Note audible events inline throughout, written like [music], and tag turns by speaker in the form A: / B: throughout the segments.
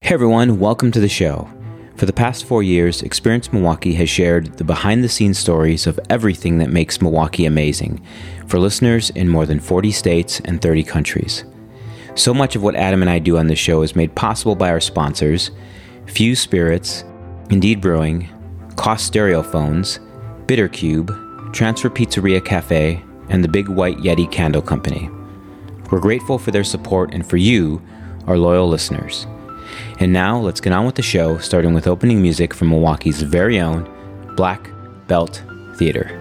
A: Hey everyone, welcome to the show. For the past four years, Experience Milwaukee has shared the behind the scenes stories of everything that makes Milwaukee amazing for listeners in more than 40 states and 30 countries. So much of what Adam and I do on this show is made possible by our sponsors Fuse Spirits, Indeed Brewing, Cost Stereophones, Bitter Cube, Transfer Pizzeria Cafe, and the Big White Yeti Candle Company. We're grateful for their support and for you, our loyal listeners. And now let's get on with the show, starting with opening music from Milwaukee's very own Black Belt Theater.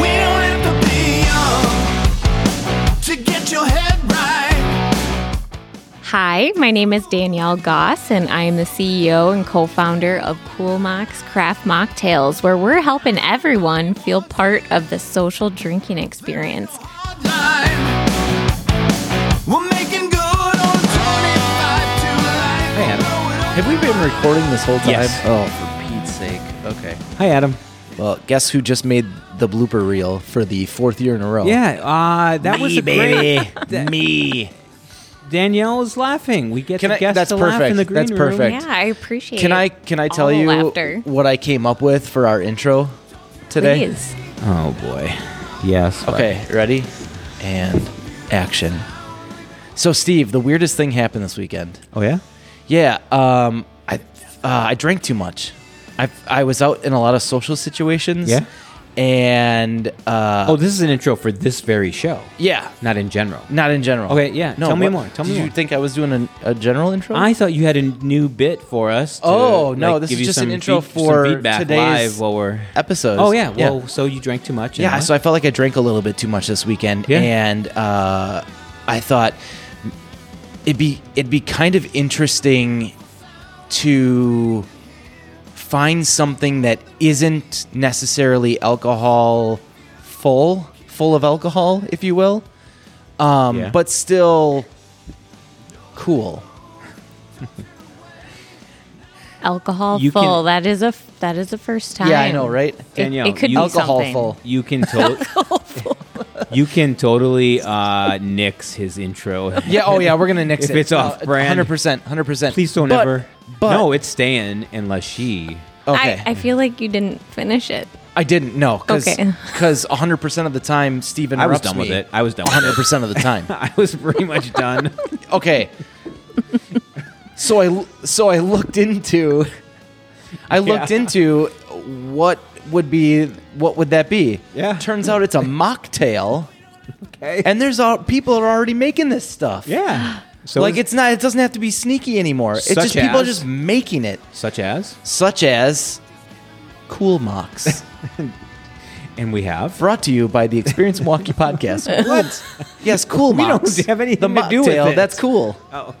B: We don't have to be young to get your head right.
C: Hi, my name is Danielle Goss, and I am the CEO and co founder of Cool Mock's Craft Mocktails, where we're helping everyone feel part of the social drinking experience.
B: Hard line. We're making good on 25 to life.
D: Man,
B: Throw it
D: have we been recording this whole time?
A: Yes.
D: Oh, for Pete's sake. Okay.
A: Hi, Adam.
D: Well, guess who just made the blooper reel for the fourth year in a row?
A: Yeah, uh, that was a great. [laughs]
D: me.
A: Danielle is laughing. We get
D: Can
A: the
D: I-
A: guests
D: that's
A: to laugh in
D: perfect.
A: the green
D: That's
A: room.
D: perfect.
C: Yeah, I appreciate
D: Can I can I
C: all
D: tell
C: the
D: you
C: laughter.
D: what I came up with for our intro today?
C: Please.
A: Oh boy. Yes. but-
D: Okay, ready? And action. So, Steve, the weirdest thing happened this weekend.
A: Oh yeah.
D: Yeah, um, I uh, I drank too much. I I was out in a lot of social situations.
A: Yeah.
D: And uh,
A: Oh, this is an intro for this very show,
D: yeah,
A: not in general.
D: Not in general.
A: Okay, yeah. Tell me more. Tell me
D: did
A: more.
D: you think I was doing an, a general intro?
A: I thought you had a new bit for us. To,
D: Oh, no,
A: like,
D: this
A: give
D: is
A: you
D: just an
A: some
D: intro
A: feed-
D: for
A: some feedback
D: today's-
A: live while we're.
D: episodes.
A: Oh yeah. Well, so you drank too much. and
D: yeah.
A: what?
D: So I felt like I drank a little bit too much this weekend,
A: Yeah.
D: and uh, I thought it'd be it'd be kind of interesting to find something that isn't necessarily alcohol full, full of alcohol, if you will, um,
A: Yeah.
D: but still cool.
C: Alcohol
A: You
C: full.
A: can-
C: that is a that is the first time.
D: Yeah, I know, right?
C: It-
A: Danielle,
C: it, could
A: you-
C: be
D: Alcohol
C: something.
D: full.
A: You can
C: [laughs]
A: totally. you can totally uh, nix his intro.
D: Yeah. Oh, yeah. We're gonna nix
A: If
D: it.
A: it's off brand.
D: hundred percent, hundred percent.
A: Please don't
D: But-
A: ever.
D: But
A: no, it's staying unless she.
D: okay.
C: I, I feel like you didn't finish it.
D: I didn't know because
C: Okay.
D: because hundred percent of the time Steven
A: I was done with it. I was done. with [laughs]
D: hundred percent of the time.
A: it. I was pretty much done.
D: Okay. so I l- so I looked into I looked
A: Yeah.
D: into what would be what would that be?
A: Yeah.
D: Turns out it's a mocktail,
A: [laughs] okay.
D: and there's all people are already making this stuff.
A: yeah. So
D: like it's not. It doesn't have to be sneaky anymore. It's
A: Such
D: just people are
A: as?
D: just making it,
A: such as,
D: such as cool [laughs] mocks.
A: and we [laughs] have.
D: brought to you by the Experience Milwaukee [laughs] podcast. What? Yes, cool.
A: We don't
D: Mox.
A: have anything
D: the
A: to do with
D: mocktail,
A: it.
D: That's cool.
A: [laughs]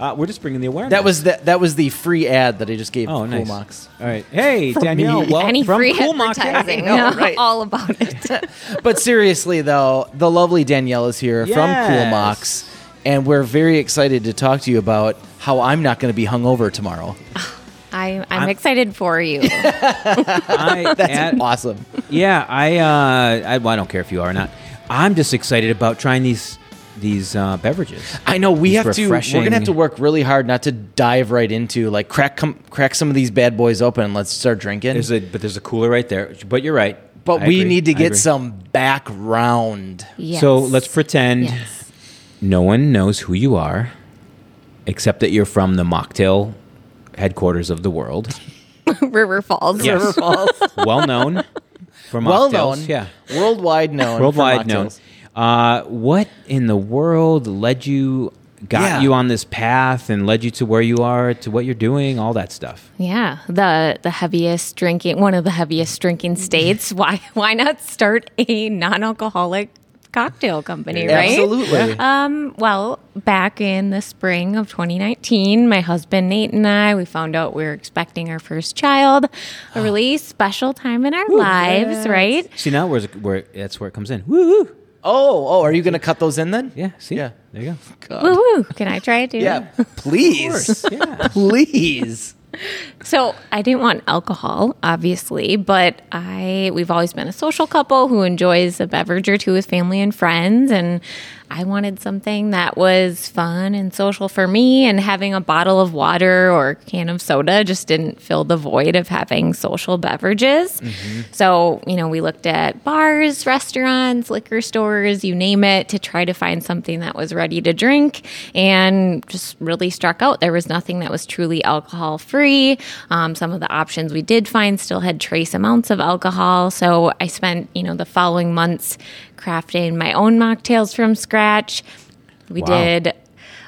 A: Oh, uh, we're just bringing the awareness.
D: That was the, that was the free ad that I just gave.
A: Oh,
D: cool
A: nice.
D: Mox.
A: All right. Hey,
D: Oh, From
A: Danielle.
D: me.
A: Well,
C: Any
A: from
C: free
A: cool Mock-
C: advertising. [laughs]
D: I know, right.
C: All about
D: [laughs]
C: it.
D: But seriously though, the lovely Danielle is here from Cool
A: Yes.
D: Mox, and we're very excited to talk to you about how I'm not going to be hungover tomorrow.
C: I, I'm excited for
D: [laughs]
C: you. [laughs]
A: I,
D: That's
A: at-
D: awesome.
A: Yeah, I, uh, I, well, I don't care if you are or not. I'm just excited about trying these these uh, beverages.
D: [laughs] I know we
A: It's
D: have to. We're
A: refreshing.
D: gonna have to work really hard not to dive right into like crack com- crack some of these bad boys open. and Let's start drinking.
A: There's a but there's a cooler right there. But you're right.
D: but
A: I
D: we
A: agree.
D: need to
A: I
D: get
A: agree.
D: some background.
C: Yes.
A: So let's pretend
D: [laughs]
C: Yes.
A: no one knows who you are, except that you're from the mocktail headquarters of the
D: [laughs]
A: world.
C: River Falls.
A: Yes. well known. For mocktails.
D: well known,
A: Yeah.
D: worldwide known, for
A: Worldwide known.
D: mocktails.
A: Uh, what in the world led you, got
D: Yeah.
A: you on this path and led you to where you are, to what you're doing, all that stuff?
C: Yeah, the the heaviest drinking, one of the heaviest drinking states. Why why not start a non-alcoholic cocktail company, right?
D: Absolutely.
C: Um, well, back in the spring of 2019, my husband Nate and I, we found out we were expecting our first child. A really special time in our lives, right?
A: See now where's where that's where it comes in. Woo woo.
D: Oh, oh, are you going to cut those in then?
A: Yeah, see?
D: Yeah.
A: There you
C: Woo-hoo. Can I try to?
D: Yeah.
A: go.
D: Please.
A: yeah.
D: [laughs] Please.
C: So I didn't want alcohol, obviously, but I we've always been a social couple who enjoys a beverage or two with family and friends, and I wanted something that was fun and social for me. And having a bottle of water or a can of soda just didn't fill the void of having social beverages. So you know, we looked at bars, restaurants, liquor stores, you name it, to try to find something that was ready to drink, and just really struck out. There was nothing that was truly alcohol free. Um, some of the options we did find still had trace amounts of alcohol. So I spent, you know, the following months crafting my own mocktails from scratch. We
A: Wow.
C: did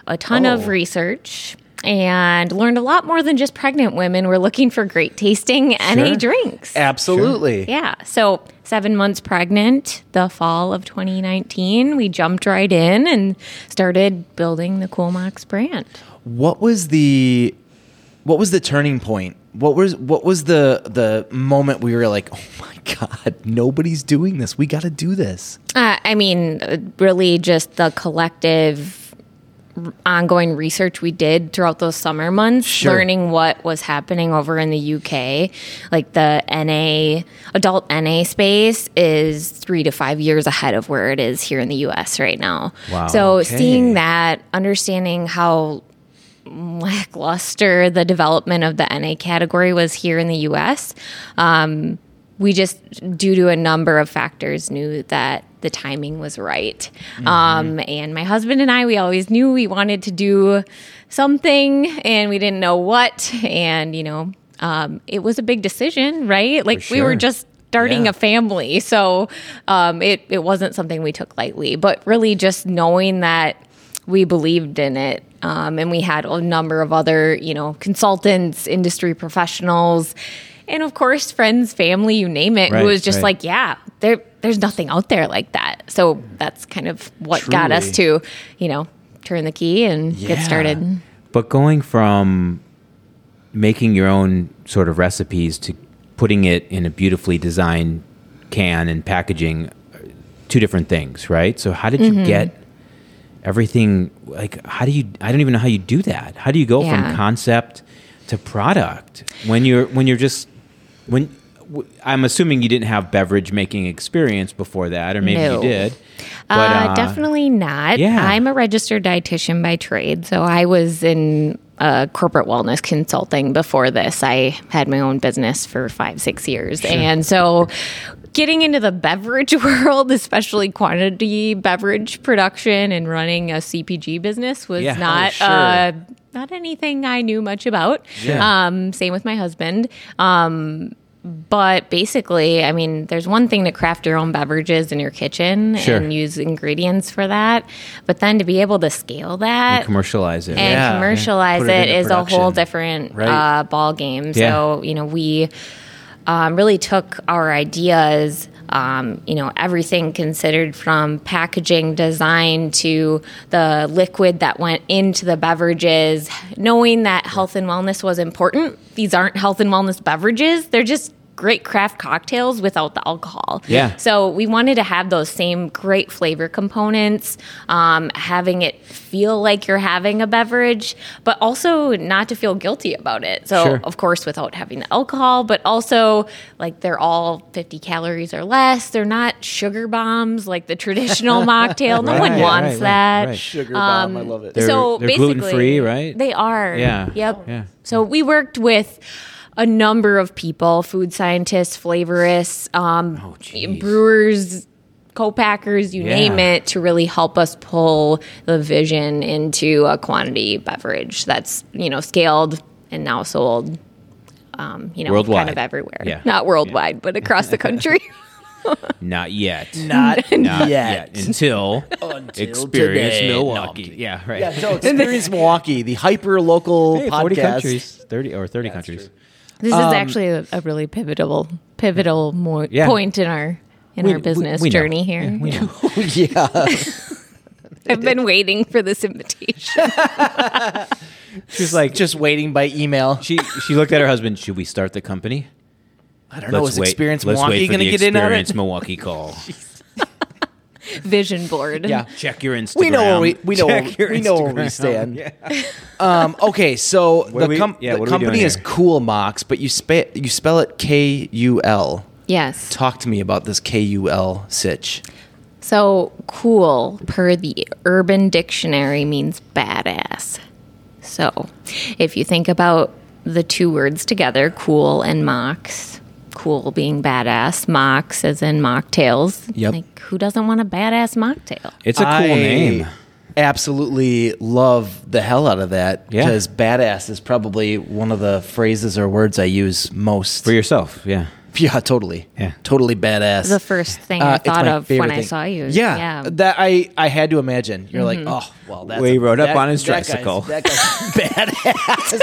C: a ton of research and learned a lot more than just pregnant women were looking for great tasting NA drinks.
D: Absolutely.
C: Yeah. So, seven months pregnant, the fall of 2019, we jumped right in and started building the Cool Mox brand.
D: What was the what was the turning point? What was what was the the moment we were like, "Oh my god, nobody's doing this. We got to do this."
C: Uh, I mean, uh, really, just the collective r- ongoing research we did throughout those summer months,
D: Sure.
C: learning what was happening over in the UK. Like the NA, adult NA space is three to five years ahead of where it is here in the US right now.
D: Wow.
C: So
D: Okay.
C: seeing that, understanding how lackluster the development of the NA category was here in the US. Um, we just, due to a number of factors, knew that the timing was right. Um, and my husband and I, we always knew we wanted to do something and we didn't know what. And, you know, um, it was a big decision, right? Like we
D: sure.
C: were just starting
D: Yeah.
C: a family. So um, it, it wasn't something we took lightly, but really just knowing that we believed in it. Um, and we had a number of other, you know, consultants, industry professionals, and of course, friends, family, you name it,
D: Right,
C: who was just
D: right.
C: like, yeah, there, there's nothing out there like that. So that's kind of what got us to, you know, turn the key and
D: Yeah.
C: get started.
A: But going from making your own sort of recipes to putting it in a beautifully designed can and packaging, are two different things, right? So how did you
C: Mm-hmm.
A: get everything? Like, how do you? I don't even know how you do that. How do you go
C: Yeah.
A: from concept to product when you're when you're just when w- I'm assuming you didn't have beverage making experience before that, or maybe
C: No.
A: you did.
C: uh, definitely not.
A: yeah.
C: I'm a registered dietitian by trade, so I was in uh, corporate wellness consulting before this. I had my own business for five, six years, and so getting into the beverage [laughs] world, especially quantity beverage production and running a CPG business, was
A: Yeah, oh,
C: not
A: sure.
C: uh, not anything I knew much about.
A: Yeah.
C: Um, same with my husband. Um, But basically, I mean, there's one thing to craft your own beverages in your kitchen
A: Sure.
C: and use ingredients for that, but then to be able to scale that and,
A: commercialize it.
D: Yeah.
C: commercialize
D: Put
C: it
D: it into
C: is a whole
D: production.
C: different
D: Right.
C: uh, ball game.
A: Yeah.
C: So you know, we um, really took our ideas. Um, you know everything considered from packaging design to the liquid that went into the beverages knowing that health and wellness was important these aren't health and wellness beverages they're just great craft cocktails without the alcohol
A: Yeah.
C: so we wanted to have those same great flavor components, um, having it feel like you're having a beverage, but also not to feel guilty about it. So,
A: Sure.
C: of course, without having the alcohol, but also like they're all 50 calories or less. They're not sugar bombs like the traditional
A: [laughs]
C: mocktail. No one
A: Right,
C: wants
A: right, right,
C: that.
A: right.
D: Sugar bomb, I love
C: [laughs]
D: it.
A: They're-
C: so
A: they're
C: basically,
A: gluten-free, right?
C: They are.
A: Yeah.
C: Yep.
A: Yeah.
C: So we worked with a number of people: food scientists, flavorists, um,
A: Oh, geez.
C: brewers, co-packers, you
A: Yeah.
C: name it, to really help us pull the vision into a quantity beverage that's you know scaled and now sold. Um, you know,
A: Worldwide.
C: kind of everywhere.
A: Yeah.
C: Not worldwide, but across the
A: [laughs]
C: country.
A: Not yet.
D: Not,
A: Not yet. [laughs] Until, Experience
D: today.
A: Milwaukee.
D: No, I'm
A: yeah, right.
D: Yeah, [laughs] no, Experience Milwaukee, the hyper local
A: Hey,
D: podcast.
A: 40 countries. 30 or 30 countries.
C: This is actually a, a really pivotal, pivotal mo-
A: Yeah.
C: point in our in
A: We-
C: our business
A: we- we know.
C: journey here.
A: We know.
D: [laughs] yeah.
C: [laughs] I've been waiting for this invitation.
A: She's like,
D: [laughs] Just waiting by email.
A: she, she looked at her husband. Should we start the company?
D: I don't know. Is Experience
A: let's
D: Milwaukee
A: wait for
D: going
A: the [laughs]
D: to get in on
A: Experience
D: it?
A: Milwaukee call.
C: vision board.
D: Yeah.
A: Check your Instagram.
D: We know where we we know where,
A: [laughs] Check your
D: we know where we
A: Instagram.
D: stand.
A: [laughs] Yeah.
D: Um, okay, so
A: are
D: the,
A: we-
D: com-
A: yeah,
D: the
A: what are we
D: company
A: doing
D: is
A: here?
D: Cool Mox, but you spe- you spell it K U L.
C: Yes.
D: Talk to me about this K U L sitch.
C: So cool, per the Urban Dictionary, means badass. So if you think about the two words together, cool and mox, cool being badass, mox as in mocktails.
D: Yep.
C: Like, who doesn't want a badass mocktail?
A: It's a cool
D: I
A: name.
D: Absolutely love the hell out of that
A: Yeah.
D: because badass is probably one of the phrases or words I use most.
A: For yourself, yeah.
D: [laughs] yeah, totally.
A: Yeah.
D: totally badass.
C: The first thing
D: Uh,
C: I
D: it's
C: thought
D: my
C: of
D: favorite
C: when I
D: thing.
C: saw you. Mm-hmm.
D: Yeah, that I I had to imagine. You're like, oh, well, that's
A: Well, he
D: a-
A: rode up on his
D: that guy's-
A: tricycle.
D: [laughs] That guy's
A: [laughs]
D: badass.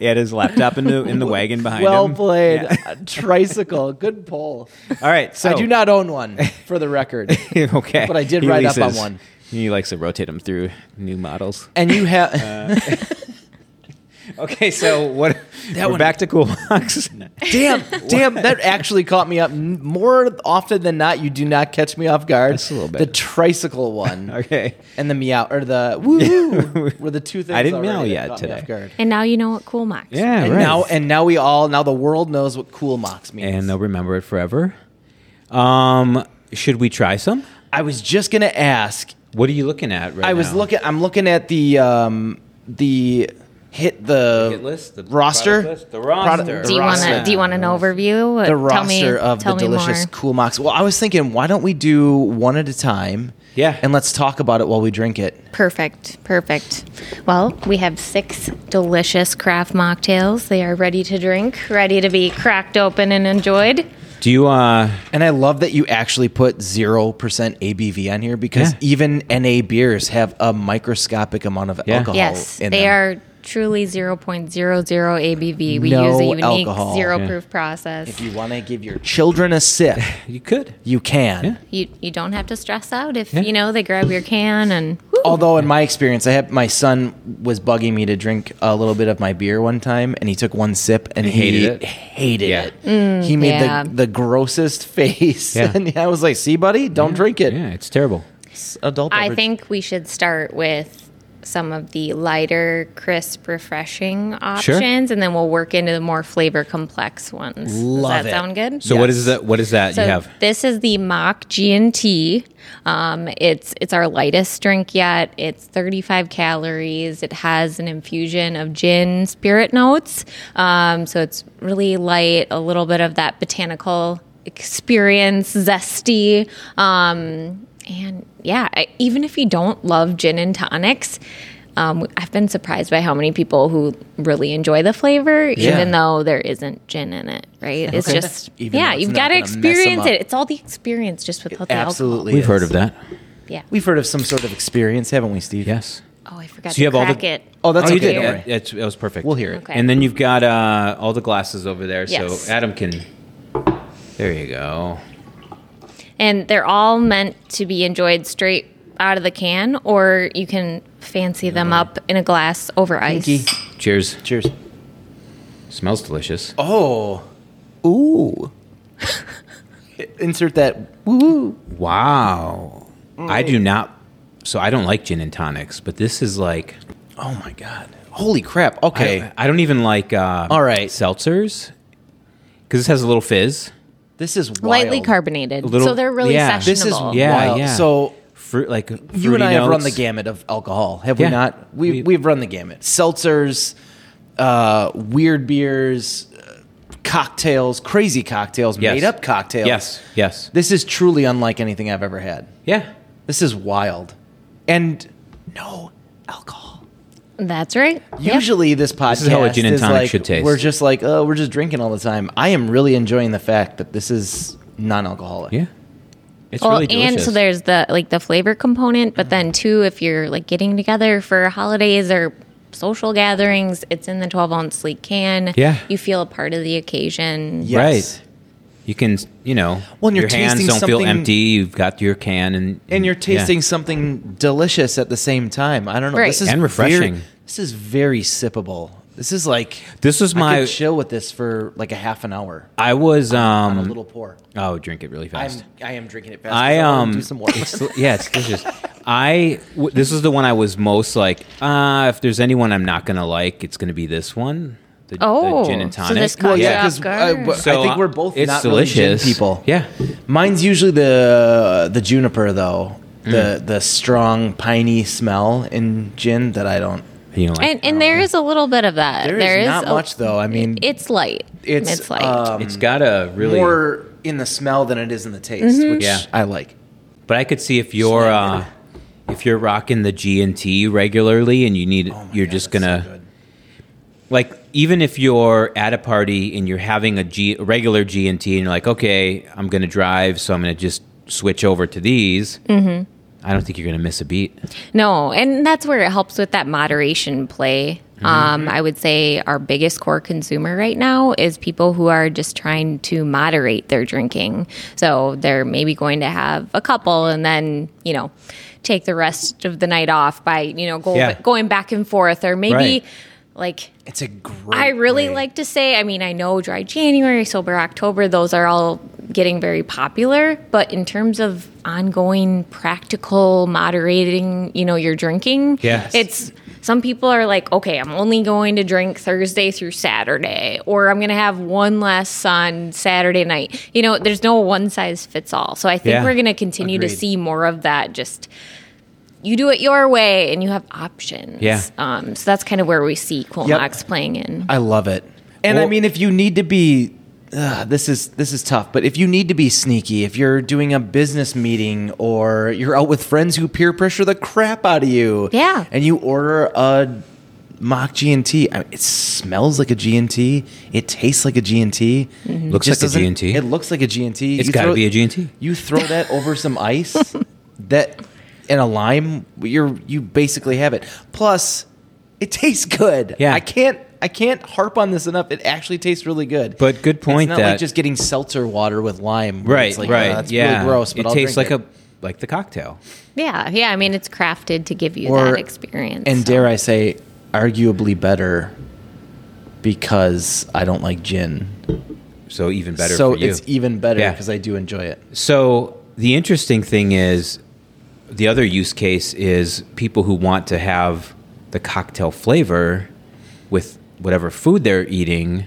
A: He had his laptop in the in the wagon behind
D: [laughs] well
A: him.
D: played,
A: Yeah.
D: A tricycle. Good pull.
A: All right, [laughs] so
D: I do not own one, for the record.
A: [laughs] okay,
D: but I did
A: He
D: ride up on
A: leases-
D: one.
A: He likes to rotate them through new models.
D: And you have
A: Uh, Okay, so
D: [laughs]
A: what? we're
D: one-
A: back to
D: [laughs]
A: cool box.
D: [laughs] damn, damn. That actually caught me up N- more often than not. You do not catch me off guard.
A: That's a little bit.
D: The tricycle
A: [laughs] [laughs]
D: one.
A: okay,
D: And the meow or the
A: [laughs]
D: woo were the two things
A: I didn't meow
D: already that
A: yet
D: caught me
A: today.
D: off guard.
C: And now you know what cool mox is.
A: yeah,
D: And
A: right.
D: now and now we all now the world knows what cool mox means.
A: and they'll remember it forever. Um, should we try some?
D: I was just gonna ask.
A: What are you looking at right
D: I was
A: now?
D: looking. I'm looking at the um, the hit the,
A: hit list, the
D: roster,
A: product list, the
D: Product-
A: roster.
C: Do you want to?
D: roster.
C: Do you want an overview?
D: the
C: tell
D: roster
C: me,
D: of the
C: tell me
D: delicious
C: more.
D: cool mox? Well, I was thinking, why don't we do one at a time?
A: Yeah.
D: and let's talk about it while we drink it.
C: Perfect, perfect. Well, we have six delicious craft mocktails. They are ready to drink, ready to be cracked open and enjoyed.
A: Do you uh?
D: And I love that you actually put zero percent ABV on here because
A: Yeah.
D: even NA beers have a microscopic amount of
A: Yeah.
D: alcohol.
C: yes,
D: in
C: they
D: them.
C: are truly 0.00 ABV. We
D: No
C: use a unique
D: alcohol.
C: zero
A: Yeah.
C: proof process.
D: If you want to give your children a sip,
A: You could.
D: you can.
A: Yeah.
C: you you don't have to stress out if
A: Yeah.
C: you know they grab your can and whoo,
D: Although in my experience, I had my son was bugging me to drink a little bit of my beer one time, and he took one sip and, he
A: hated it?
D: Hated
A: Yeah.
D: it. he made
C: Mm, yeah.
D: the the grossest [laughs] face,
A: Yeah.
D: and I was like, "See, buddy, don't drink it.
A: Yeah, it's terrible.
D: It's adult."
C: I
D: beverage."
C: think we should start with some of the lighter, crisp, refreshing options, and then we'll work into the more flavor complex ones.
D: Love
C: Does that
D: it.
C: sound good?
A: So what is that? What is that
C: So
A: you have?
C: this is the mock G and T. Um, it's it's our lightest drink yet. It's 35 calories. It has an infusion of gin spirit notes. Um, so it's really light, a little bit of that botanical experience, zesty. Um, and yeah, I, even if you don't love gin and tonics. Um, I've been surprised by how many people who really enjoy the flavor, even though there isn't gin in it, right? It's
D: Okay.
C: just,
D: Even
C: yeah,
D: though it's
C: you've
D: not
C: got to
D: gonna mess 'em
C: experience
D: up.
C: it. It's all the experience just without the
D: absolutely.
A: We've
D: is.
A: heard of that.
C: alcohol. Yeah.
D: We've heard of some sort of experience, haven't we, Steve?
A: Yes.
C: oh, I forgot
A: So you
C: to
A: have all
C: crack
A: the-
C: it.
D: Oh, that's
A: oh,
D: okay.
A: you did.
D: don't
A: That,
D: worry.
A: that's- that was perfect.
D: We'll hear it.
C: Okay.
A: And then you've got uh, all the glasses over there,
C: Yes.
A: so Adam can. There you go.
C: And they're all meant to be enjoyed straight out of the can, or you can fancy them up in a glass over ice.
D: Pinky.
A: Cheers.
D: Cheers.
A: Smells delicious.
D: Oh, ooh. [laughs] Insert that. Woo.
A: Wow. I do
D: Mm.
A: not. So I don't like gin and tonics, but this is like.
D: Oh my God. Holy crap. Okay.
A: I, I don't even like. Uh,
D: All right.
A: Seltzers, because this has a little fizz.
D: this is wild.
C: Lightly carbonated.
A: A little-
C: so they're really
A: yeah.
C: sessionable.
A: This
D: This is
A: Yeah,
D: wild.
A: yeah.
D: So
A: Fruit like
D: you
A: fruity
D: and I have run the
A: notes.
D: gamut of alcohol, have
A: Yeah.
D: we not? We,
A: We-
D: we have run the gamut. Seltzers, uh, weird beers, uh, cocktails, crazy cocktails,
A: Yes.
D: made up cocktails.
A: Yes. Yes.
D: This is truly unlike anything I've ever had.
A: Yeah.
D: This is wild. And no alcohol.
C: That's right. Yep.
D: Usually this podcast
A: is how a gin and
D: is
A: tonic
D: like,
A: should taste.
D: we're just like, oh, we're just drinking all the time. I am really enjoying the fact that this is non-alcoholic.
A: Yeah. It's
C: Well,
A: really delicious.
C: and so there's the like the flavor component, but then too, if you're like getting together for holidays or social gatherings, it's in the 12 ounce sleek can.
A: Yeah.
C: you feel a part of the occasion.
D: Yes.
A: Right. You can, you know,
D: Well, and you're
A: your hands
D: tasting
A: don't feel
D: something-
A: empty. You've got your can, and
D: and you're
A: yeah.
D: tasting something delicious at the same time. I don't know.
C: Right.
D: This is
A: And refreshing.
D: Very, this is very sippable. This is like
A: This was
D: I could
A: my-
D: chill with this for like a half an hour
A: I was
D: on a
A: um
D: little pour.
A: oh, drink it really
D: I'm
A: fast.
D: I am drinking it fast. 'cause
A: I
D: wanna
A: um
D: do some work. [laughs]
A: it's- yeah, it's delicious. I w- this is the one I was most like. Uh, if there's anyone I'm not gonna like, it's gonna be this one. The, the
C: Oh,
A: gin and
C: so
A: tonic.
C: this caught you
A: yeah.
C: off
D: because I,
C: guard.
D: but I think
A: uh,
D: we're both
A: it's
D: not really
A: delicious
D: gin people.
A: Yeah,
D: Mine's usually the the juniper though. The
A: Mm.
D: the strong piney smell in gin that I don't.
A: you know, like,
C: And, and there is a little bit of that.
D: There is not
C: a-
D: much though. I mean,
C: It's light. It's,
D: It's,
C: light.
D: uh,
A: it's got a really.
D: more in the smell than it is in the taste,
C: Mm-hmm.
D: which
A: Yeah.
D: I like.
A: but I could see if you're uh, if you're rocking the G and T regularly, and you need,
D: Oh
A: you're just gonna. like even if you're at a party and you're having a G, a regular G and T, and you're like, okay, I'm gonna drive, so I'm gonna just switch over to these. Mm-hmm. I don't think you're gonna miss a beat.
C: No, and that's where it helps with that moderation play.
D: Mm-hmm.
C: Um, I would say our biggest core consumer right now is people who are just trying to moderate their drinking. So they're maybe going to have a couple and then, you know, take the rest of the night off by, you know, go,
A: Yeah.
C: going back and forth or maybe
A: Right.
C: like
D: It's a great.
C: I really
D: way.
C: like to say, I mean, I know dry January, sober October, those are all getting very popular, but in terms of ongoing practical moderating, you know, your drinking,
A: Yes.
C: it's some people are like, okay, I'm only going to drink Thursday through Saturday, or I'm going to have one less on Saturday night. You know, there's no one size fits all. So I think
A: Yeah.
C: we're going to continue to
A: Agreed.
C: see more of that just you do it your way and you have options.
A: Yeah.
C: Um, so that's kind of where we see Cool
D: Yep.
C: Knox playing in.
D: I love it. And I
A: Well-
D: mean, if you need to be, uh, this is this is tough. But if you need to be sneaky, if you're doing a business meeting or you're out with friends who peer pressure the crap out of you,
C: Yeah.
D: and you order a mock G and T, I mean, it smells like a G and T. It tastes like a G and T.
C: Mm-hmm.
A: Looks like a G&T.
D: It looks like a G and T.
A: It's gotta be a G&T.
D: You throw that over some ice, that and a lime, you're you basically have it. Plus, it tastes good.
A: Yeah.
D: I can't I can't harp on this enough. It actually tastes really good.
A: But good point
D: It's not
A: that-
D: like just getting seltzer water with lime. where
A: Right,
D: it's like,
A: right,
D: "Oh, that's
A: yeah.
D: really gross. But
A: it
D: I'll
A: tastes
D: drink
A: like
D: it."
A: a like the cocktail.
C: Yeah, yeah. I mean, it's crafted to give you
D: Or-
C: that experience.
D: and dare I say, arguably better because I don't like gin.
A: So even better.
D: so
A: for you.
D: it's even better
A: Yeah.
D: because I do enjoy it.
A: So the interesting thing is, the other use case is people who want to have the cocktail flavor with whatever food they're eating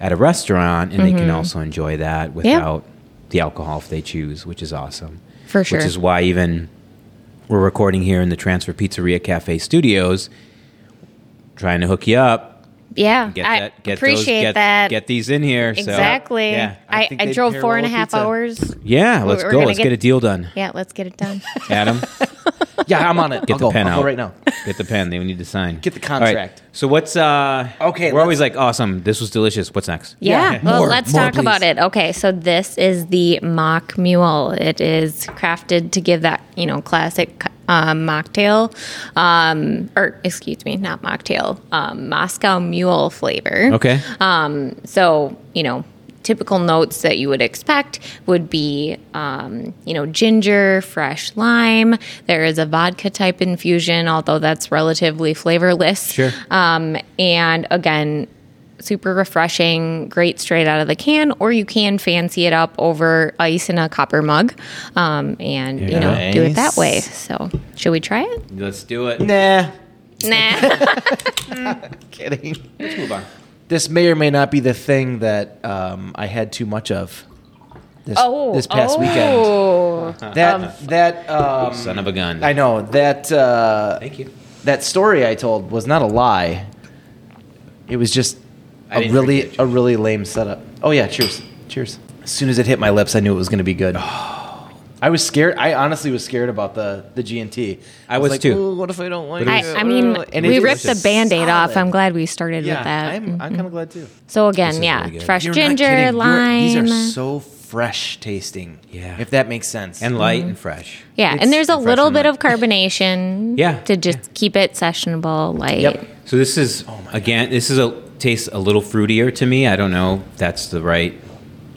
A: at a restaurant, and they can
C: Mm-hmm.
A: also enjoy that without the alcohol if they choose, which is awesome.
C: For sure.
A: Which is why even we're recording here in the Transfer Pizzeria Cafe Studios, trying to hook you up.
C: yeah,
A: Get
C: I
A: that. Get
C: appreciate
A: those, get,
C: that.
A: Get these in here. so-
C: exactly.
A: yeah.
C: I,
D: think
C: I,
D: they'd
C: drove
D: pair
C: four
D: well
C: and a
D: with
C: half
D: pizza.
C: hours.
A: Yeah. Let's
C: we're
A: go.
C: gonna
A: Let's
C: get-
A: get a deal
C: [laughs]
A: done,
C: Yeah, let's get it done.
A: Adam.
D: Yeah, I'm on it.
A: Get
D: I'll
A: the
D: go.
A: pen
D: I'll
A: out
D: go right now.
A: Get the pen. They need to sign.
D: Get the
A: All right.
D: contract.
A: So what's uh?
D: Okay,
A: We're
D: let's-
A: always like, awesome. This was delicious. What's next?
C: Yeah.
D: Yeah.
C: Well,
D: More,
C: let's
D: more,
C: talk
D: please.
C: about it. Okay. So this is the mock mule. It is crafted to give that, you know, classic um, mocktail, um, or excuse me, not mocktail, um, Moscow mule flavor.
A: Okay.
C: Um, So, you know, typical notes that you would expect would be, um, you know, ginger, fresh lime. There is a vodka type infusion, although that's relatively flavorless.
A: Sure.
C: Um, and again, super refreshing, great straight out of the can, or you can fancy it up over ice in a copper mug um, and, you know, do it that
D: Nice.
C: way. So, should we try it?
A: Let's do it.
D: nah, [laughs]
C: Nah.
D: kidding.
A: Let's move on.
D: this may or may not be the thing that um, I had too much of this, this past weekend.
C: oh.
D: That that um,
A: Uh-huh. Son of a gun.
D: I know that uh,
A: Thank you.
D: that story I told was not a lie. It was just
A: I
D: a
A: didn't drink
D: really
A: it.
D: a really lame setup. Oh yeah, cheers, cheers. As soon as it hit my lips, I knew it was going to be good.
A: Oh.
D: I was scared. I honestly was scared about the the G and T.
A: I was too.
D: "Ooh, What if I don't like
A: But
C: I,
A: it
D: it?"
A: was-
C: I mean,
D: Oh, And it
C: we
D: was
C: ripped the
D: just
C: band aid off.
D: solid.
C: I'm glad we started
D: Yeah,
C: with that.
D: I'm, I'm kind of glad too.
C: so,
A: This
C: again,
A: is
C: yeah,
A: really good.
C: fresh
D: You're not
C: ginger,
D: kidding. You are-
C: lime.
D: These are so fresh tasting.
A: Yeah.
D: If that makes sense.
A: And light and fresh.
C: yeah,
D: it's
C: and there's a
D: refreshing
C: little bit
D: like-
C: of
D: [laughs]
C: carbonation
A: Yeah,
C: to just keep it sessionable, light.
D: Yep.
A: So this is
D: Oh
A: again. This is a tastes a little fruitier to me. I don't know. If that's the right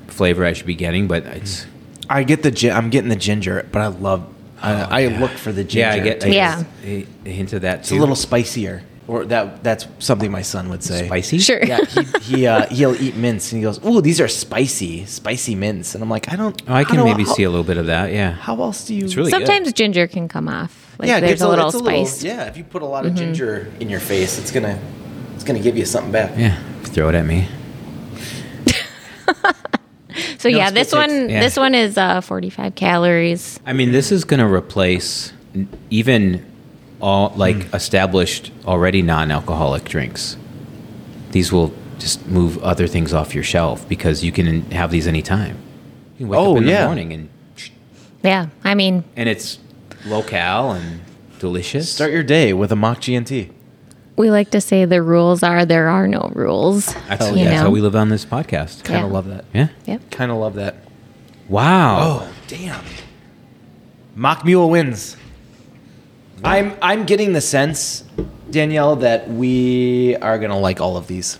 A: flavor I should be getting, but
D: Mm.
A: it's
D: I get the gin. I'm getting the ginger, but I love I, I look for the ginger.
A: Oh, yeah. I get I
C: Yeah.
A: get a, a hint of that too.
D: it's a little spicier. or that that's something my son would say.
A: Spicy?
C: [laughs] Sure.
D: Yeah, he, he uh, he'll eat mints and he goes, "Ooh, these are spicy, spicy mints." And I'm like, I don't.
A: Oh, I
D: how
A: can
D: do
A: maybe
D: how-
A: see a little bit of that. Yeah.
D: How else do you?
A: It's really good.
C: Sometimes ginger can come off. Like
D: yeah, it
C: there's
D: gives
C: a little
D: it's
C: spice. Mm-hmm.
D: yeah, if you put a lot of ginger in your face, it's gonna it's gonna give you something back.
A: Yeah. Throw it at me.
C: So
D: No,
C: yeah,
D: it's
C: this
D: good tips.
C: one
A: Yeah.
C: this one is uh, 45 calories.
A: I mean, this is going to replace n- even all like
D: Mm.
A: established already non-alcoholic drinks. These will just move other things off your shelf because you can have these anytime. You can wake
D: Oh,
A: up in
D: yeah.
A: the morning and
C: Yeah, I mean,
A: and it's low cal and delicious.
D: Start your day with a mock GNT.
C: we like to say the rules are there are no rules.
A: that's,
C: you
A: that's how
C: know?
A: we live on this podcast.
D: Kind
C: Yeah.
D: of love that.
A: Yeah.
C: Yep.
D: Kind of love that.
A: Wow.
D: Oh, damn. Mock Mule wins. I'm I'm getting the sense, Danielle, that we are gonna like all of these.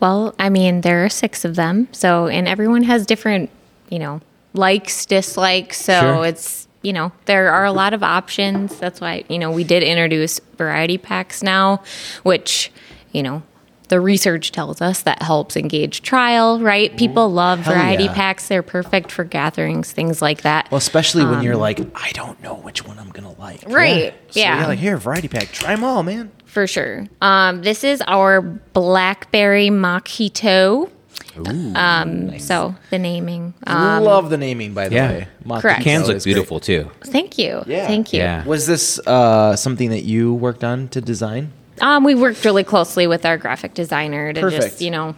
C: Well, I mean, there are six of them. So, and everyone has different, you know, likes, dislikes. So
A: Sure.
C: it's, you know, there are a lot of options. That's why, you know, we did introduce variety packs now, which, you know, the research tells us that helps engage trial, right? People love
D: Hell
C: variety
D: yeah.
C: packs. They're perfect for gatherings, things like that.
D: Well, especially when you're like, I don't know which one I'm gonna like.
C: Um, Right,
D: So
C: yeah.
D: you're like here, variety pack. Try them all, man.
C: For sure. Um, this is our blackberry mojito.
D: Oh.
C: um, So the naming. Um,
D: Love the naming, by the
A: yeah.
D: way. Mock
C: Correct.
D: Mule
A: Cans
D: is
A: look
D: great.
A: beautiful too.
C: thank you.
D: Yeah.
C: Thank you.
A: Yeah.
D: Was this uh, something that you worked on to design?
C: Um, we worked really closely with our graphic designer to
D: Perfect.
C: just, you know,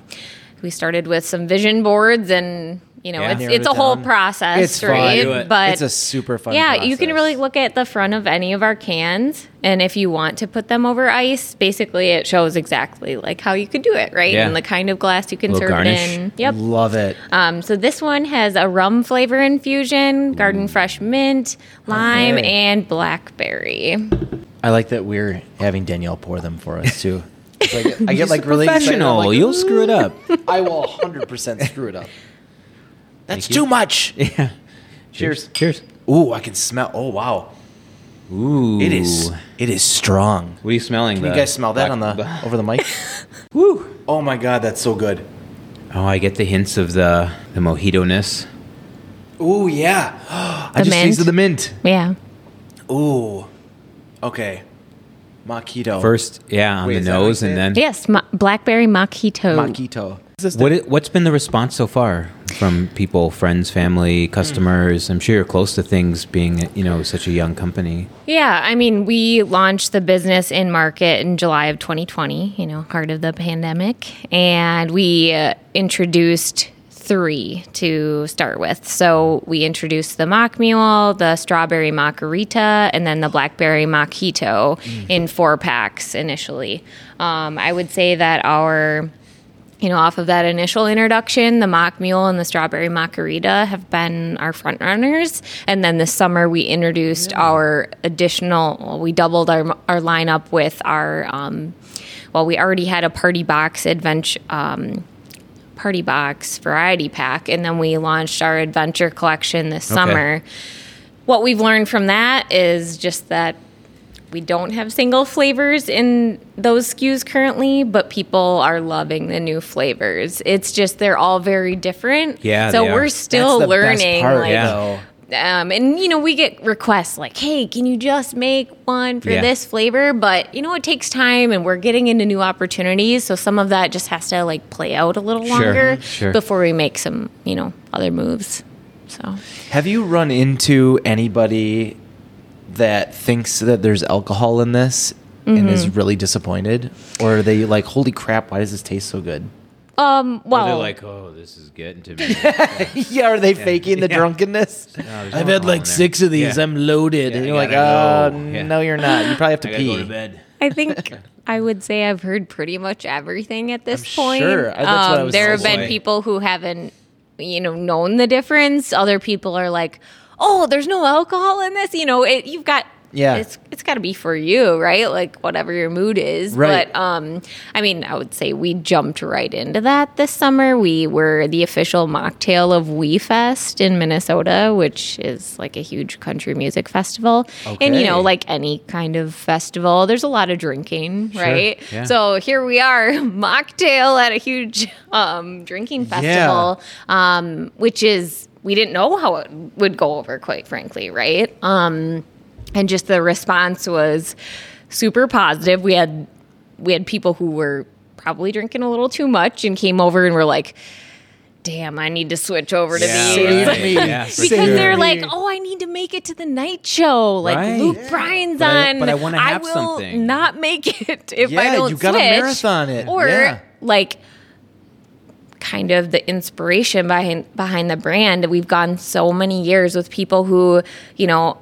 C: we started with some vision boards and, you know,
A: Yeah.
C: it's,
A: Narrow
C: it's
D: it
C: a whole
D: down.
C: process,
D: It's fun.
C: right?
A: Do it.
C: But
D: it's a super fun.
C: yeah, you can
D: process.
C: really look at the front of any of our cans, and if you want to put them over ice, basically it shows exactly like how you could do it, right?
A: Yeah.
C: And the kind of glass you can
A: Little
C: serve
A: garnish.
C: it in. Yep.
D: love it.
C: Um, so this one has a rum flavor infusion, garden fresh mint, lime,
D: Okay.
C: and blackberry.
D: I like that we're having Danielle pour them for us too. It's like- I get like really excited.
A: professional.
D: I'm like,
A: You'll screw it up.
D: I will 100 percent screw it up. That's
A: Thank you.
D: too much.
A: yeah.
D: Cheers.
A: Cheers.
D: Ooh, I can smell. Oh wow,
A: Ooh.
D: it is. It is strong.
A: What are you smelling?
D: You
A: the
D: guys smell that
A: black-
D: on the over the mic?
A: Woo.
D: Oh my god, that's so good.
A: Oh, I get the hints of the the mojito ness.
D: Ooh yeah. [gasps] I
C: The
D: just
C: mint?
D: tasted the mint.
C: Yeah.
D: Ooh. Okay. Makito.
A: First, yeah, on
D: Wait,
A: the
D: is that
A: nose,
D: what
A: and
D: you
A: then
C: Yes, mo- blackberry mojito.
D: Makito.
A: what? i- What's been the response so far from people, friends, family, customers? I'm sure you're close to things, being you know such a young company.
C: Yeah, I mean, we launched the business in market in July of 2020, you know, part of the pandemic, and we uh, introduced three to start with. So we introduced the mock mule, the strawberry macarita, and then the blackberry mojito in four packs initially. Um, I would say that our you know, off of that initial introduction, the mock mule and the strawberry macarita have been our front runners. And then this summer, we introduced our additional, well, we doubled our, our lineup with our, um, well, we already had a party box adventure. Um, Party box variety pack, and then we launched our adventure collection this summer. What we've learned from that is just that we don't have single flavors in those SKUs currently, but people are loving the new flavors. It's just they're all very different.
A: Yeah,
C: So
A: they are.
C: we're
A: That's
C: still
D: That's the best
C: learning.
D: part,
C: like,
A: yeah.
D: though.
C: um, and you know, we get requests like, "Hey, can you just make one for
A: Yeah.
C: this flavor?" But you know, it takes time, and we're getting into new opportunities, so some of that just has to like play out a little
A: Sure,
C: longer
A: sure.
C: before we make some, you know, other moves. So
D: Have you run into anybody that thinks that there's alcohol in this and is really disappointed? Or are they like, holy crap, why does this taste so good?
C: Um, well,
A: oh, this is getting to me.
D: [laughs] Yeah, are they faking the
A: Yeah.
D: drunkenness? I've had like six of these.
A: Yeah.
D: I'm loaded.
A: Yeah,
D: and you're
A: I
D: like, oh,
A: gotta go. Yeah.
D: no, you're not. You probably have to pee.
A: bed.
C: I
D: [laughs]
C: think I would say I've heard pretty much everything at this
D: I'm
C: point. Um,
D: sure. I- that's what I was
C: there have
A: gonna
C: been
A: say.
C: people who haven't, you know, known the difference. Other people are like, "Oh, there's no alcohol in this." You know, it, you've got
D: Yeah.
C: It's it's got to be for you, right? Like whatever your mood is.
D: Right.
C: But um, I mean, I would say we jumped right into that this summer. We were the official mocktail of We Fest in Minnesota, which is like a huge country music festival. And you know,
D: Okay.
C: like any kind of festival, there's a lot of drinking, right?
D: yeah.
C: So here we are, [laughs] mocktail at a huge um, drinking festival, um, which is. We didn't know how it would go over, quite frankly, right? Um, and just the response was super positive we had we had people who were probably drinking a little too much and came over and were like damn i need to switch over to
A: Yeah,
C: these
A: right.
C: because
A: Save
C: they're like oh i need to make it to the night show like
A: Right.
C: luke bryan's
A: But I-
C: on
A: but I wanna have
C: will
A: something."
C: not make [laughs] it if
D: Yeah,
C: i don't
D: you gotta
C: switch.
D: marathon it.
C: or
D: Yeah.
C: like kind of the inspiration behind behind the brand we've gone so many years with people who you know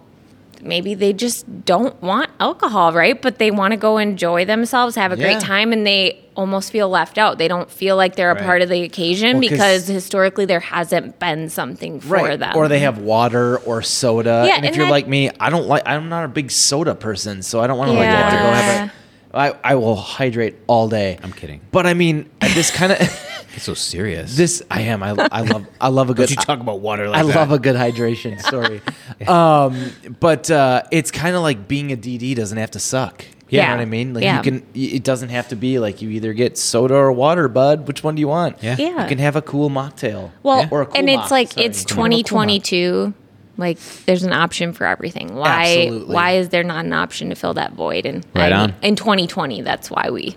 C: maybe they just don't want alcohol, right? But they want to go enjoy themselves, have a
D: Yeah.
C: great time, and they almost feel left out. They don't feel like they're a
A: Right.
C: part of the occasion
D: Well, 'cause-
C: because historically there hasn't been something for them.
D: Or they have water or soda.
C: Yeah,
D: and if
C: and
D: you're
C: that-
D: like me, I don't like I'm not a big soda person, so I don't want to like have to go
C: Yeah.
D: have a I, I will hydrate all day.
A: I'm kidding.
D: But I mean this kind of
A: It's so serious.
D: [laughs] this I am. I, I love I love a good
A: But you talk about water like
D: I
A: that.
D: love a good
A: [laughs]
D: hydration story. um, but uh, it's kind of like being a DD doesn't have to suck. You
C: Yeah.
D: know what I mean? Like
C: Yeah.
D: you can y- it doesn't have to be like you either get soda or water, bud. Which one do you want?
A: Yeah.
C: Yeah.
D: You can have a cool mocktail.
C: well,
D: or a cool
C: and
D: mock,
C: it's like
D: sorry.
C: it's
D: You can have a cool mock.
C: 2022. Like there's an option for everything. Why
D: Absolutely.
C: why is there not an option to fill that void? And
A: Right
C: I-
A: on.
C: in 2020, that's why we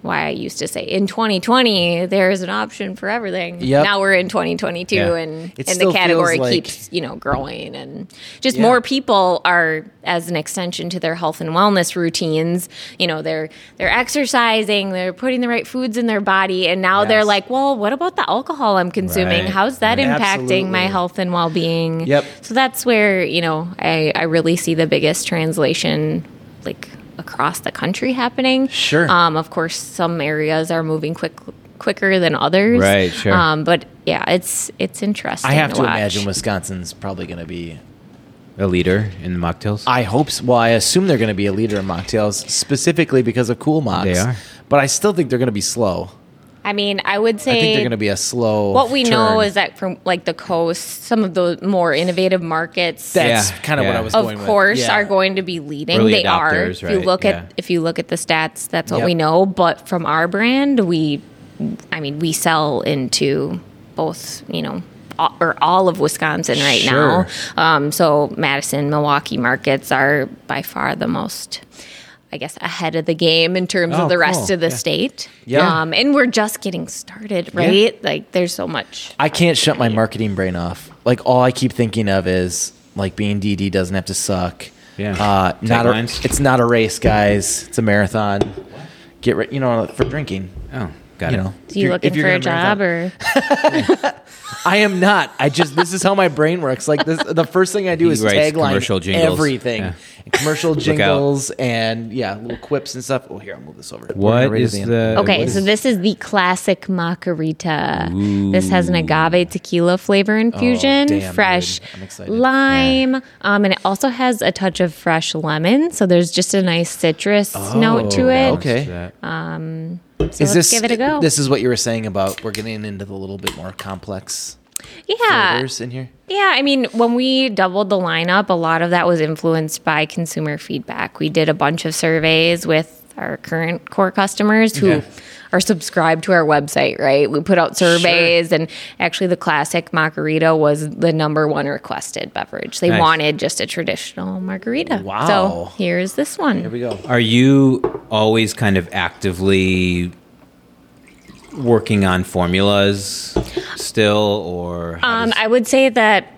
C: why I used to say in 2020 there is an option for everything.
D: Yep.
C: Now we're in 2022
A: Yeah.
C: and
D: It
C: and
D: still
C: the
D: feels
C: category
D: like-
C: keeps, you know, growing and just
D: Yeah.
C: more people are as an extension to their health and wellness routines, you know, they're they're exercising, they're putting the right foods in their body and now they're
D: Yes.
C: like, well, what about the alcohol I'm consuming?
A: Right.
C: How's that impacting my
D: Absolutely.
C: health and well-being?
D: Yep.
C: So that's where, you know, I I really see the biggest translation like across the country happening.
D: Sure.
C: Um, of course, some areas are moving quick quicker than others.
A: Right, sure.
C: Um, but yeah, it's it's interesting.
D: I have to
C: watch.
D: imagine Wisconsin's probably going to be.
A: a leader in the mocktails.
D: I hope. s- Well, I assume they're going to be a leader in mocktails specifically because of cool mocks.
A: They are.
D: But I still think they're going to be slow.
C: I mean, I would
D: I think
C: say
D: they're going to be a slow.
C: what we know
D: turn.
C: is that from like the coast, some of the more innovative markets.
D: that's
A: Yeah,
D: kind of what
A: yeah.
D: I was
C: of
D: going with.
C: course,
D: Yeah.
C: are going to be leading.
A: Early
C: they are.
A: adopters,
C: If
A: right,
C: you look
A: yeah.
C: at if you look at the stats, that's what we
D: Yep.
C: know. But from our brand, we, I mean, we sell into both, you know, all, or all of Wisconsin right now.
D: Sure.
C: Um, so Madison, Milwaukee markets are by far the most. I guess ahead of the game in terms
D: Oh,
C: of the rest
D: cool.
C: of the
D: Yeah.
C: state.
D: Yeah.
C: Um, and we're just getting started, right? Like there's so much.
D: I can't shut my marketing brain off. Like all I keep thinking of is like being DD doesn't have to suck.
A: Yeah.
D: Uh, not a,
A: Taglines?
D: it's not a race, guys. It's a marathon. Get re- you know for drinking.
A: oh, got
D: You
A: it.
D: know.
C: Do you
D: If
C: looking
D: you're
C: for a
D: gonna marathon-
C: job or
D: I am not. I just this is how my brain works. Like this, the first thing I do
A: He
D: is
A: writes
D: tagline
A: commercial jingles.
D: everything,
A: Yeah.
D: And
A: [laughs]
D: commercial
A: out.
D: jingles, and yeah, little quips and stuff. Oh, here I'll move this over. We're gonna
A: What
D: read it
A: is
D: at
A: the
D: end.
C: Okay,
A: what
C: so
A: is-
C: this is the classic macarita. This has an agave tequila flavor infusion,
D: Oh, damn,
C: fresh
D: dude. I'm excited.
C: lime, um, and it also has a touch of fresh lemon. So there's just a nice citrus note to it.
D: Oh, okay.
C: So
D: is
C: let's
D: this
C: give it a go.
D: This is what you were saying about we're getting into the little bit more complex
C: yeah,
D: flavors in here.
C: Yeah, I mean, when we doubled the lineup, a lot of that was influenced by consumer feedback. We did a bunch of surveys with our current core customers who
D: Yeah.
C: are subscribed to our website, right? We put out surveys, and actually, the classic margarita was the number one requested beverage. They
A: Nice.
C: wanted just a traditional margarita.
D: Wow.
C: So here's this one.
D: Here we go.
A: Are you always kind of actively working on formulas still, or how
C: Um,
A: does-
C: I would say that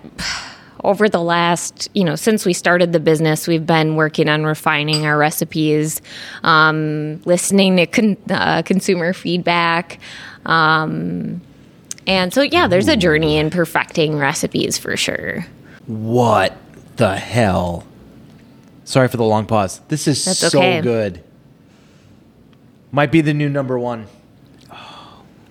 C: over the last, you know, since we started the business, we've been working on refining our recipes, um, listening to con- uh, consumer feedback. Um, and so, yeah, there's a journey in perfecting recipes for sure.
D: What the hell? Sorry for the long pause. This is
C: That's
D: so
C: okay.
D: good. Might be the new number one.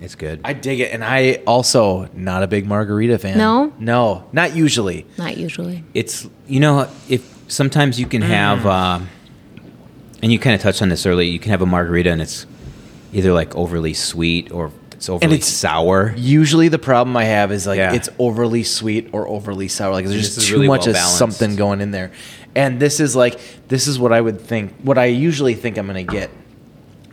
A: it's good.
D: I dig it, and I also not a big margarita fan.
C: No?
D: no, not usually.
C: Not usually.
A: it's you know if sometimes you can have, uh, and you kind of touched on this earlier. You can have a margarita and it's either like overly sweet or it's overly
D: it's-
A: sour.
D: Usually, the problem I have is like
A: Yeah.
D: it's overly sweet or overly sour. Like
A: And
D: there's
A: this
D: just
A: is
D: too
A: really
D: much of
A: well-balanced.
D: something going in there. And this is like this is what I would think. What I usually think I'm gonna get.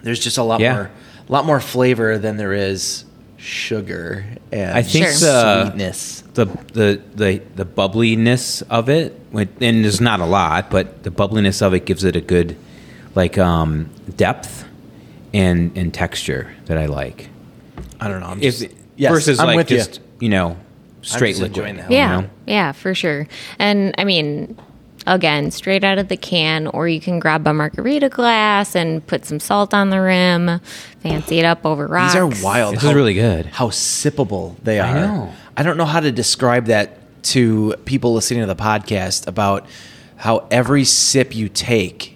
D: There's just a lot
A: Yeah.
D: more, a lot more flavor than there is sugar and
A: I think
C: Sure.
A: the
D: sweetness.
A: the the the the bubbliness of it, when- and there's not a lot, but the bubbliness of it gives it a good like um, depth and and texture that I like.
D: I don't know. I'm
A: If
D: just, yes,
A: versus
D: I'm
A: like
D: with
A: just
D: you.
A: you know straight
D: just
A: liquid.
D: enjoying the hell
A: you
C: Yeah.
A: know?
C: Yeah, for sure. And I mean, again, straight out of the can, or you can grab a margarita glass and put some salt on the rim, fancy it up over rocks.
D: These are wild.
A: This is really good.
D: How sippable they are.
A: I know.
D: I don't know how to describe that to people listening to the podcast about how every sip you take,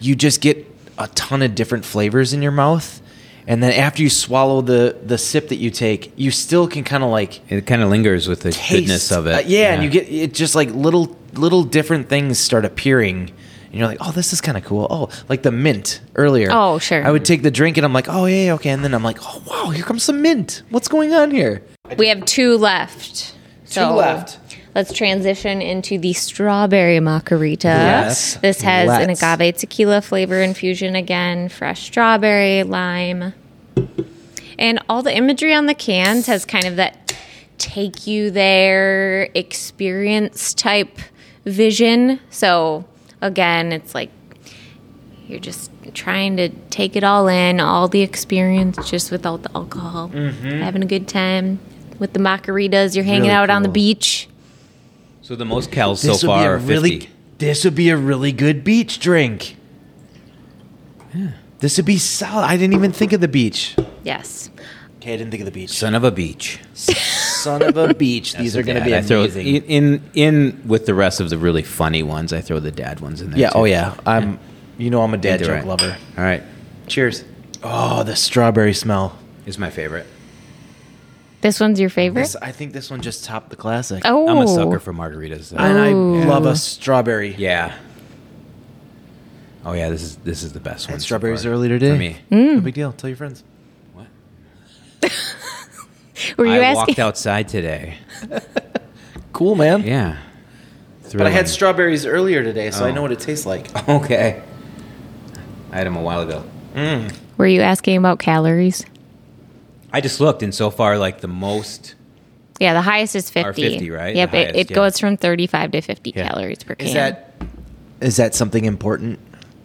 D: you just get a ton of different flavors in your mouth. And then after you swallow the the sip that you take, you still can kind of like
A: It kind of lingers with the
D: taste
A: goodness of it.
D: Uh, yeah, and you get it just like little little different things start appearing. And you're like, oh, this is kind of cool. Oh, like the mint earlier.
C: Oh, sure.
D: I would take the drink and I'm like, oh, yeah, yeah, okay. And then I'm like, oh, wow, here comes some mint. What's going on here?
C: We have two left. So
D: left.
C: Let's transition into the strawberry margarita.
D: Yes.
C: This has
D: Let's.
C: an agave tequila flavor infusion again, fresh strawberry, lime. And all the imagery on the cans has kind of that take you there experience type vision. So again, it's like you're just trying to take it all in, all the experience, just without the alcohol, having a good time with the margaritas. You're hanging
D: Mm-hmm. Really
C: out on the
D: cool.
C: beach.
A: so the most cals so
D: would
A: far are
D: really,
A: fifty.
D: This would be a really good beach drink. Yeah. This would be solid. I didn't even think of the beach.
C: Yes.
D: Okay, I didn't think of the beach.
A: Son of a beach.
D: Son of
A: [laughs]
D: a beach. These are going to be
A: I throw
D: amazing.
A: in in- in with the rest of the really funny ones. I throw the dad ones in there.
D: yeah.
A: too.
D: Oh, yeah. I'm. You know I'm a dad
A: Either way.
D: joke lover.
A: All right,
D: Cheers. Oh, the strawberry smell.
A: is my favorite.
C: This one's your favorite?
D: This, I think this one just topped the classic.
C: oh.
A: I'm a sucker for margaritas. though.
D: And I love
C: Ooh.
D: a strawberry.
A: Yeah. Oh yeah, this is this is the best
D: I
A: one.
D: had
A: so
D: strawberries
A: far.
D: earlier
A: For
D: today.
A: me,
D: No big deal. Tell your friends.
C: Were you
A: I walked
C: asking?
A: outside today.
D: Cool, man.
A: Yeah.
D: But I had
A: Thrilling.
D: strawberries earlier today, so I
A: Oh.
D: know what it tastes like.
A: okay. I had them a while ago.
C: Were you asking about calories?
A: I just looked, and so far, like the most.
C: Yeah, the highest is 50.
A: Or 50, right?
C: Yep,
A: The
C: it,
A: highest,
C: it
A: yeah.
C: goes from 35 to 50
A: Yeah.
C: calories per can.
D: Is that is that something important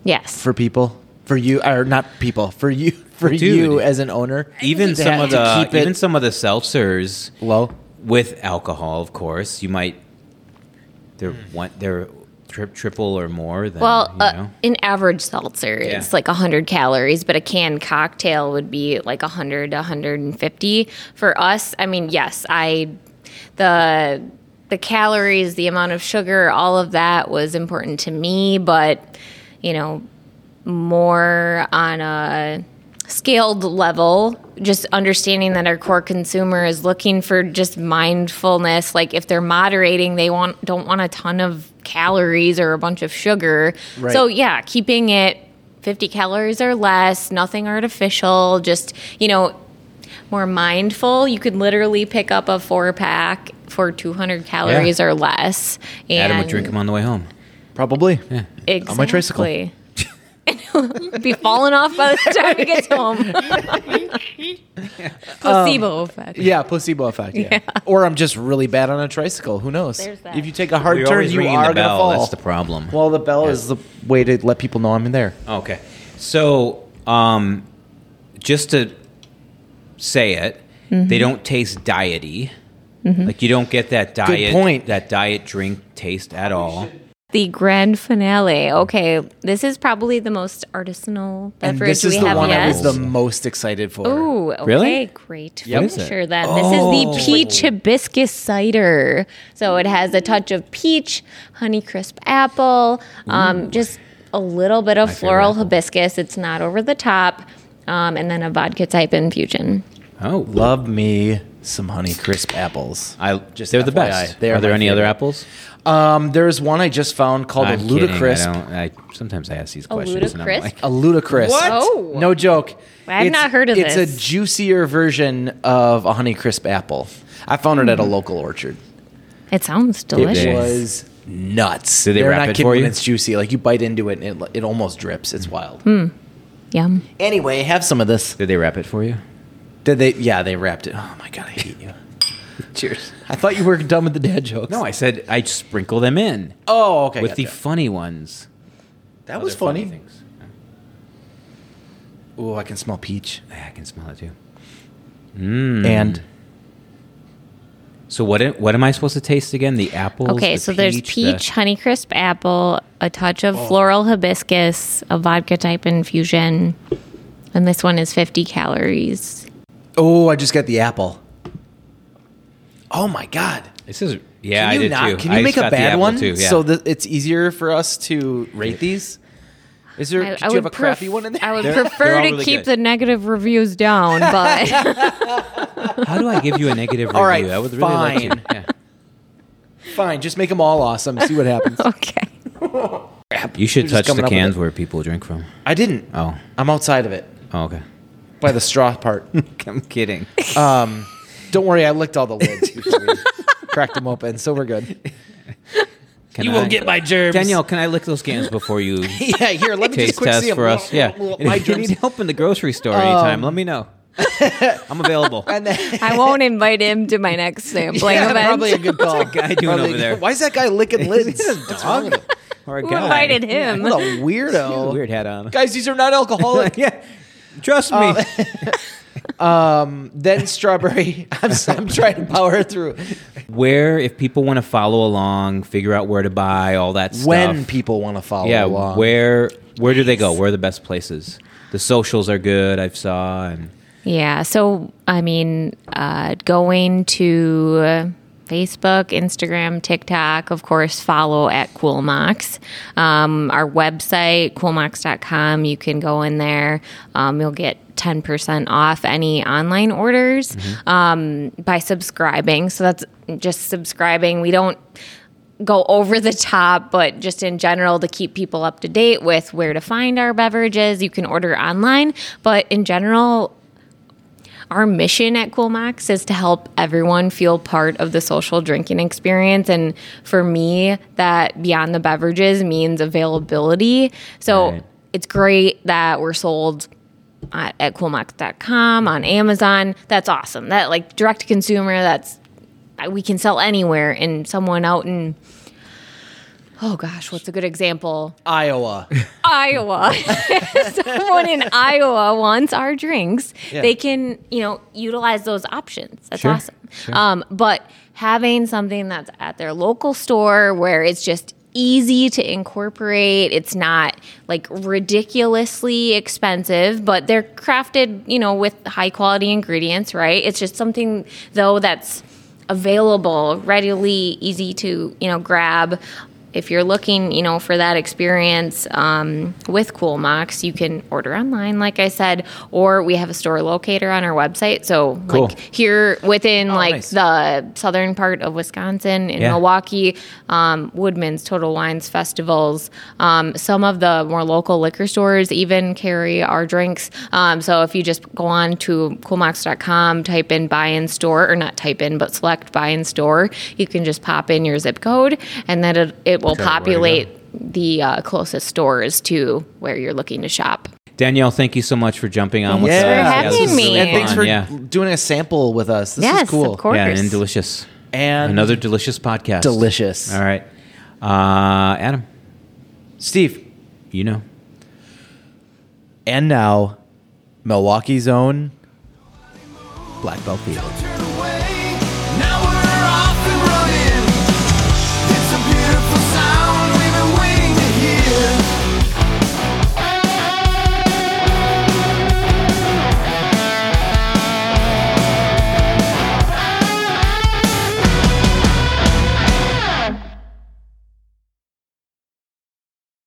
C: yes.
D: for people? For you or not people, for you [laughs] for
A: Dude.
D: you as an owner?
A: Even
D: To
A: some
D: have
A: of
D: to
A: the
D: keep it
A: even some of the seltzers
D: low.
A: with alcohol, of course, you might. They're
D: Hmm.
A: one. They're tri- triple or more than.
C: well,
A: you
C: uh,
A: know.
C: an average seltzer is
A: Yeah.
C: like 100 calories, but a canned cocktail would be like 100 to 150. For us, I mean, yes, I the the calories, the amount of sugar, all of that was important to me, but you know, more on a scaled level just understanding that our core consumer is looking for just mindfulness like if they're moderating they want don't want a ton of calories or a bunch of sugar
D: Right.
C: so yeah keeping it 50 calories or less nothing artificial just you know more mindful you could literally pick up a four pack for 200 calories or less and
A: Adam would drink them on the way home.
D: Probably.
C: exactly.
D: on my tricycle.
C: [laughs] be falling off by the time he gets home. Placebo effect.
D: Yeah, placebo effect. Yeah. Or I'm just really bad on a tricycle. Who knows?
C: There's that.
D: If you take a hard
A: You're
D: turn,
A: always
D: you
A: ringing
D: are
A: the
D: gonna
A: bell.
D: fall.
A: That's the problem.
D: Well, the bell is the way to let people know I'm in there.
A: Okay. So, um, just to say it,
C: Mm-hmm.
A: they don't taste diety. Like you don't get that diet
D: point.
A: that diet drink taste at all.
C: The grand finale. Okay, this is probably the most artisanal
D: And
C: beverage
D: this is
C: we
D: the
C: have
D: one I
C: yet.
D: was the most excited for.
C: Ooh, okay,
A: Really?
C: great.
A: Yep.
C: for
A: What is it?
C: sure then. This is the peach hibiscus cider. So it has a touch of peach, honey crisp apple, um, just a little bit of
A: My favorite
C: floral
A: apple.
C: hibiscus. It's not over the top. Um, and then a vodka type infusion.
A: Oh,
D: Love me some Honey Crisp apples.
A: I just they're the
D: FYI,
A: best.
D: they are
A: are, there
D: my
A: any other
D: favorite.
A: apples?
D: Um, there is one I just found called
A: I'm
D: a
A: kidding, I
D: ludicrous.
A: don't- I sometimes I ask these questions and I'm
C: Ludacris?
A: like,
D: A ludicrous.
A: What?
C: Oh.
D: No joke.
C: I've
D: It's-
C: not heard of
D: it's
C: this.
D: a juicier version of a Honey Crisp apple. I found it at a local orchard.
C: It sounds Mm. delicious.
A: Yes.
D: was nuts.
A: Did they
D: They're
A: wrap
D: not
A: it
D: kidding
A: for
D: when
A: you?
D: It's juicy. Like you bite into it and it, it almost drips. It's wild.
C: Mm. Yum.
D: Anyway, have some of this.
A: did they wrap it for you?
D: Did they? Yeah, they wrapped it. Oh my god, I hate you.
A: [laughs] Cheers.
D: I thought you were done with the dad jokes.
A: No, I said I sprinkle them in
D: Oh, okay.
A: with the
D: gotcha.
A: funny ones.
D: that was
A: Other funny
D: funny.
A: things.
D: Oh, I can smell peach.
A: Yeah, I can smell it too. Hmm.
D: And
A: So what? am- What am I supposed to taste again? The apples.
C: Okay,
A: the
C: so there's
A: peach, the-
C: peach, honey crisp apple, a touch
D: Oh.
C: of floral hibiscus, a vodka type infusion, and this one is 50 calories.
D: oh, I just got the apple. Oh my god.
A: This is yeah.
D: Can
A: I
D: you
A: did
D: not?
A: too.
D: Can
A: I
D: you
A: just
D: make a
A: got the
D: bad
A: apple
D: one
A: too, yeah.
D: so that it's easier for us to rate these? Is there? did you have a
C: pref-
D: crappy one in there?
C: I would
A: They're- they're
C: prefer
A: all
C: to
A: really
C: keep
A: good.
C: the negative reviews
D: [laughs]
C: down, but [laughs]
A: how do I give [laughs] you a negative review?
D: All right,
A: I would really like
D: fine.
A: to. Yeah.
D: [laughs] Fine, just make them all awesome. See
A: [laughs]
D: what happens.
C: okay.
A: You should
D: They're just
A: touch the
D: coming up with
A: cans
D: it.
A: where people drink from.
D: I didn't.
A: Oh,
D: Uh, I'm outside of it
A: oh okay.
D: by the straw part.
A: [laughs] I'm kidding.
D: Don't worry, I licked all the lids before
A: [laughs]
D: we cracked them open, so we're good.
A: Can I-
D: my germs.
A: Danielle. Can I lick those cans before [laughs] you
D: yeah, here, let me
A: taste
D: just quick
A: test
D: see 'em.
A: for us? [laughs] Yeah.
D: My
A: if you
D: germs.
A: need help in the grocery store anytime, let me [laughs] know. I'm available.
D: [laughs]
C: [laughs]
D: And then,
C: I won't invite him to my next sampling
D: yeah,
C: event.
D: probably a good call. What's
A: guy doing over there?
D: Why is that
A: [laughs]
D: guy licking lids? What's wrong with him?
A: Or a
C: Who
A: guy.
C: invited
D: What
C: him?
D: a
A: [laughs] He has a
D: weirdo.
A: Weird hat on.
D: Guys, these are not
A: [laughs]
D: alcoholic.
A: yeah. Trust me. [laughs]
D: then strawberry. [laughs] I'm, s- I'm trying to power through.
A: where, if people want to follow along, figure out where to buy all that stuff.
D: When people want to follow
A: yeah,
D: along.
A: where where do they go? Where are the best places? The socials are good. I've saw and
C: Yeah. So, I mean, uh, going to uh, Facebook, Instagram, TikTok, of course, follow at Coolmox. Um, our website, coolmox.com, you can go in there. Um, you'll get 10% off any online orders um, by subscribing. So, that's just subscribing. We don't go over the top, but just in general to keep people up to date with where to find our beverages. You can order online, but in general, our mission at Coolmax is to help everyone feel part of the social drinking experience. And for me, that beyond the beverages means availability. So
A: Right.
C: it's great that we're sold at, at coolmax.com on Amazon. That's awesome. That like direct to consumer, that's we can sell anywhere and someone out in oh gosh what's a good example
D: Iowa.
C: iowa [laughs] someone in iowa wants our drinks
D: Yeah.
C: they can you know utilize those options that's
A: Sure,
C: awesome um, but having something that's at their local store where it's just easy to incorporate it's not like ridiculously expensive but they're crafted you know with high quality ingredients right it's just something though that's available, readily, easy to you know grab. If you're looking, you know, for that experience um, with CoolMox, you can order online, like I said, or we have a store locator on our website. So,
A: Cool.
C: like here within like
D: nice.
C: the southern part of Wisconsin in
A: Yeah.
C: Milwaukee, um, Woodman's, Total Wines, festivals. Um, some of the more local liquor stores even carry our drinks. Um, so if you just go on to coolmox.com, type in buy in store, or not type in, but select buy in store, you can just pop in your zip code and then it, it will
A: Okay, where to go.
C: populate the uh, closest stores to where you're looking to shop.
A: Danielle, thank you so much for jumping on. with
C: Thanks
A: us.
C: for
A: Yeah, this
C: having
A: was
C: me.
A: really
D: And thanks
A: fun,
D: for
A: yeah.
D: doing a sample with us. This
C: yes,
D: is cool.
C: of course.
A: yeah, and delicious.
D: And
A: Another delicious podcast.
D: Delicious.
A: All right, uh, Adam,
D: Steve.
A: you know.
D: And now, Milwaukee's own Black Belt Theater.
B: Turn away.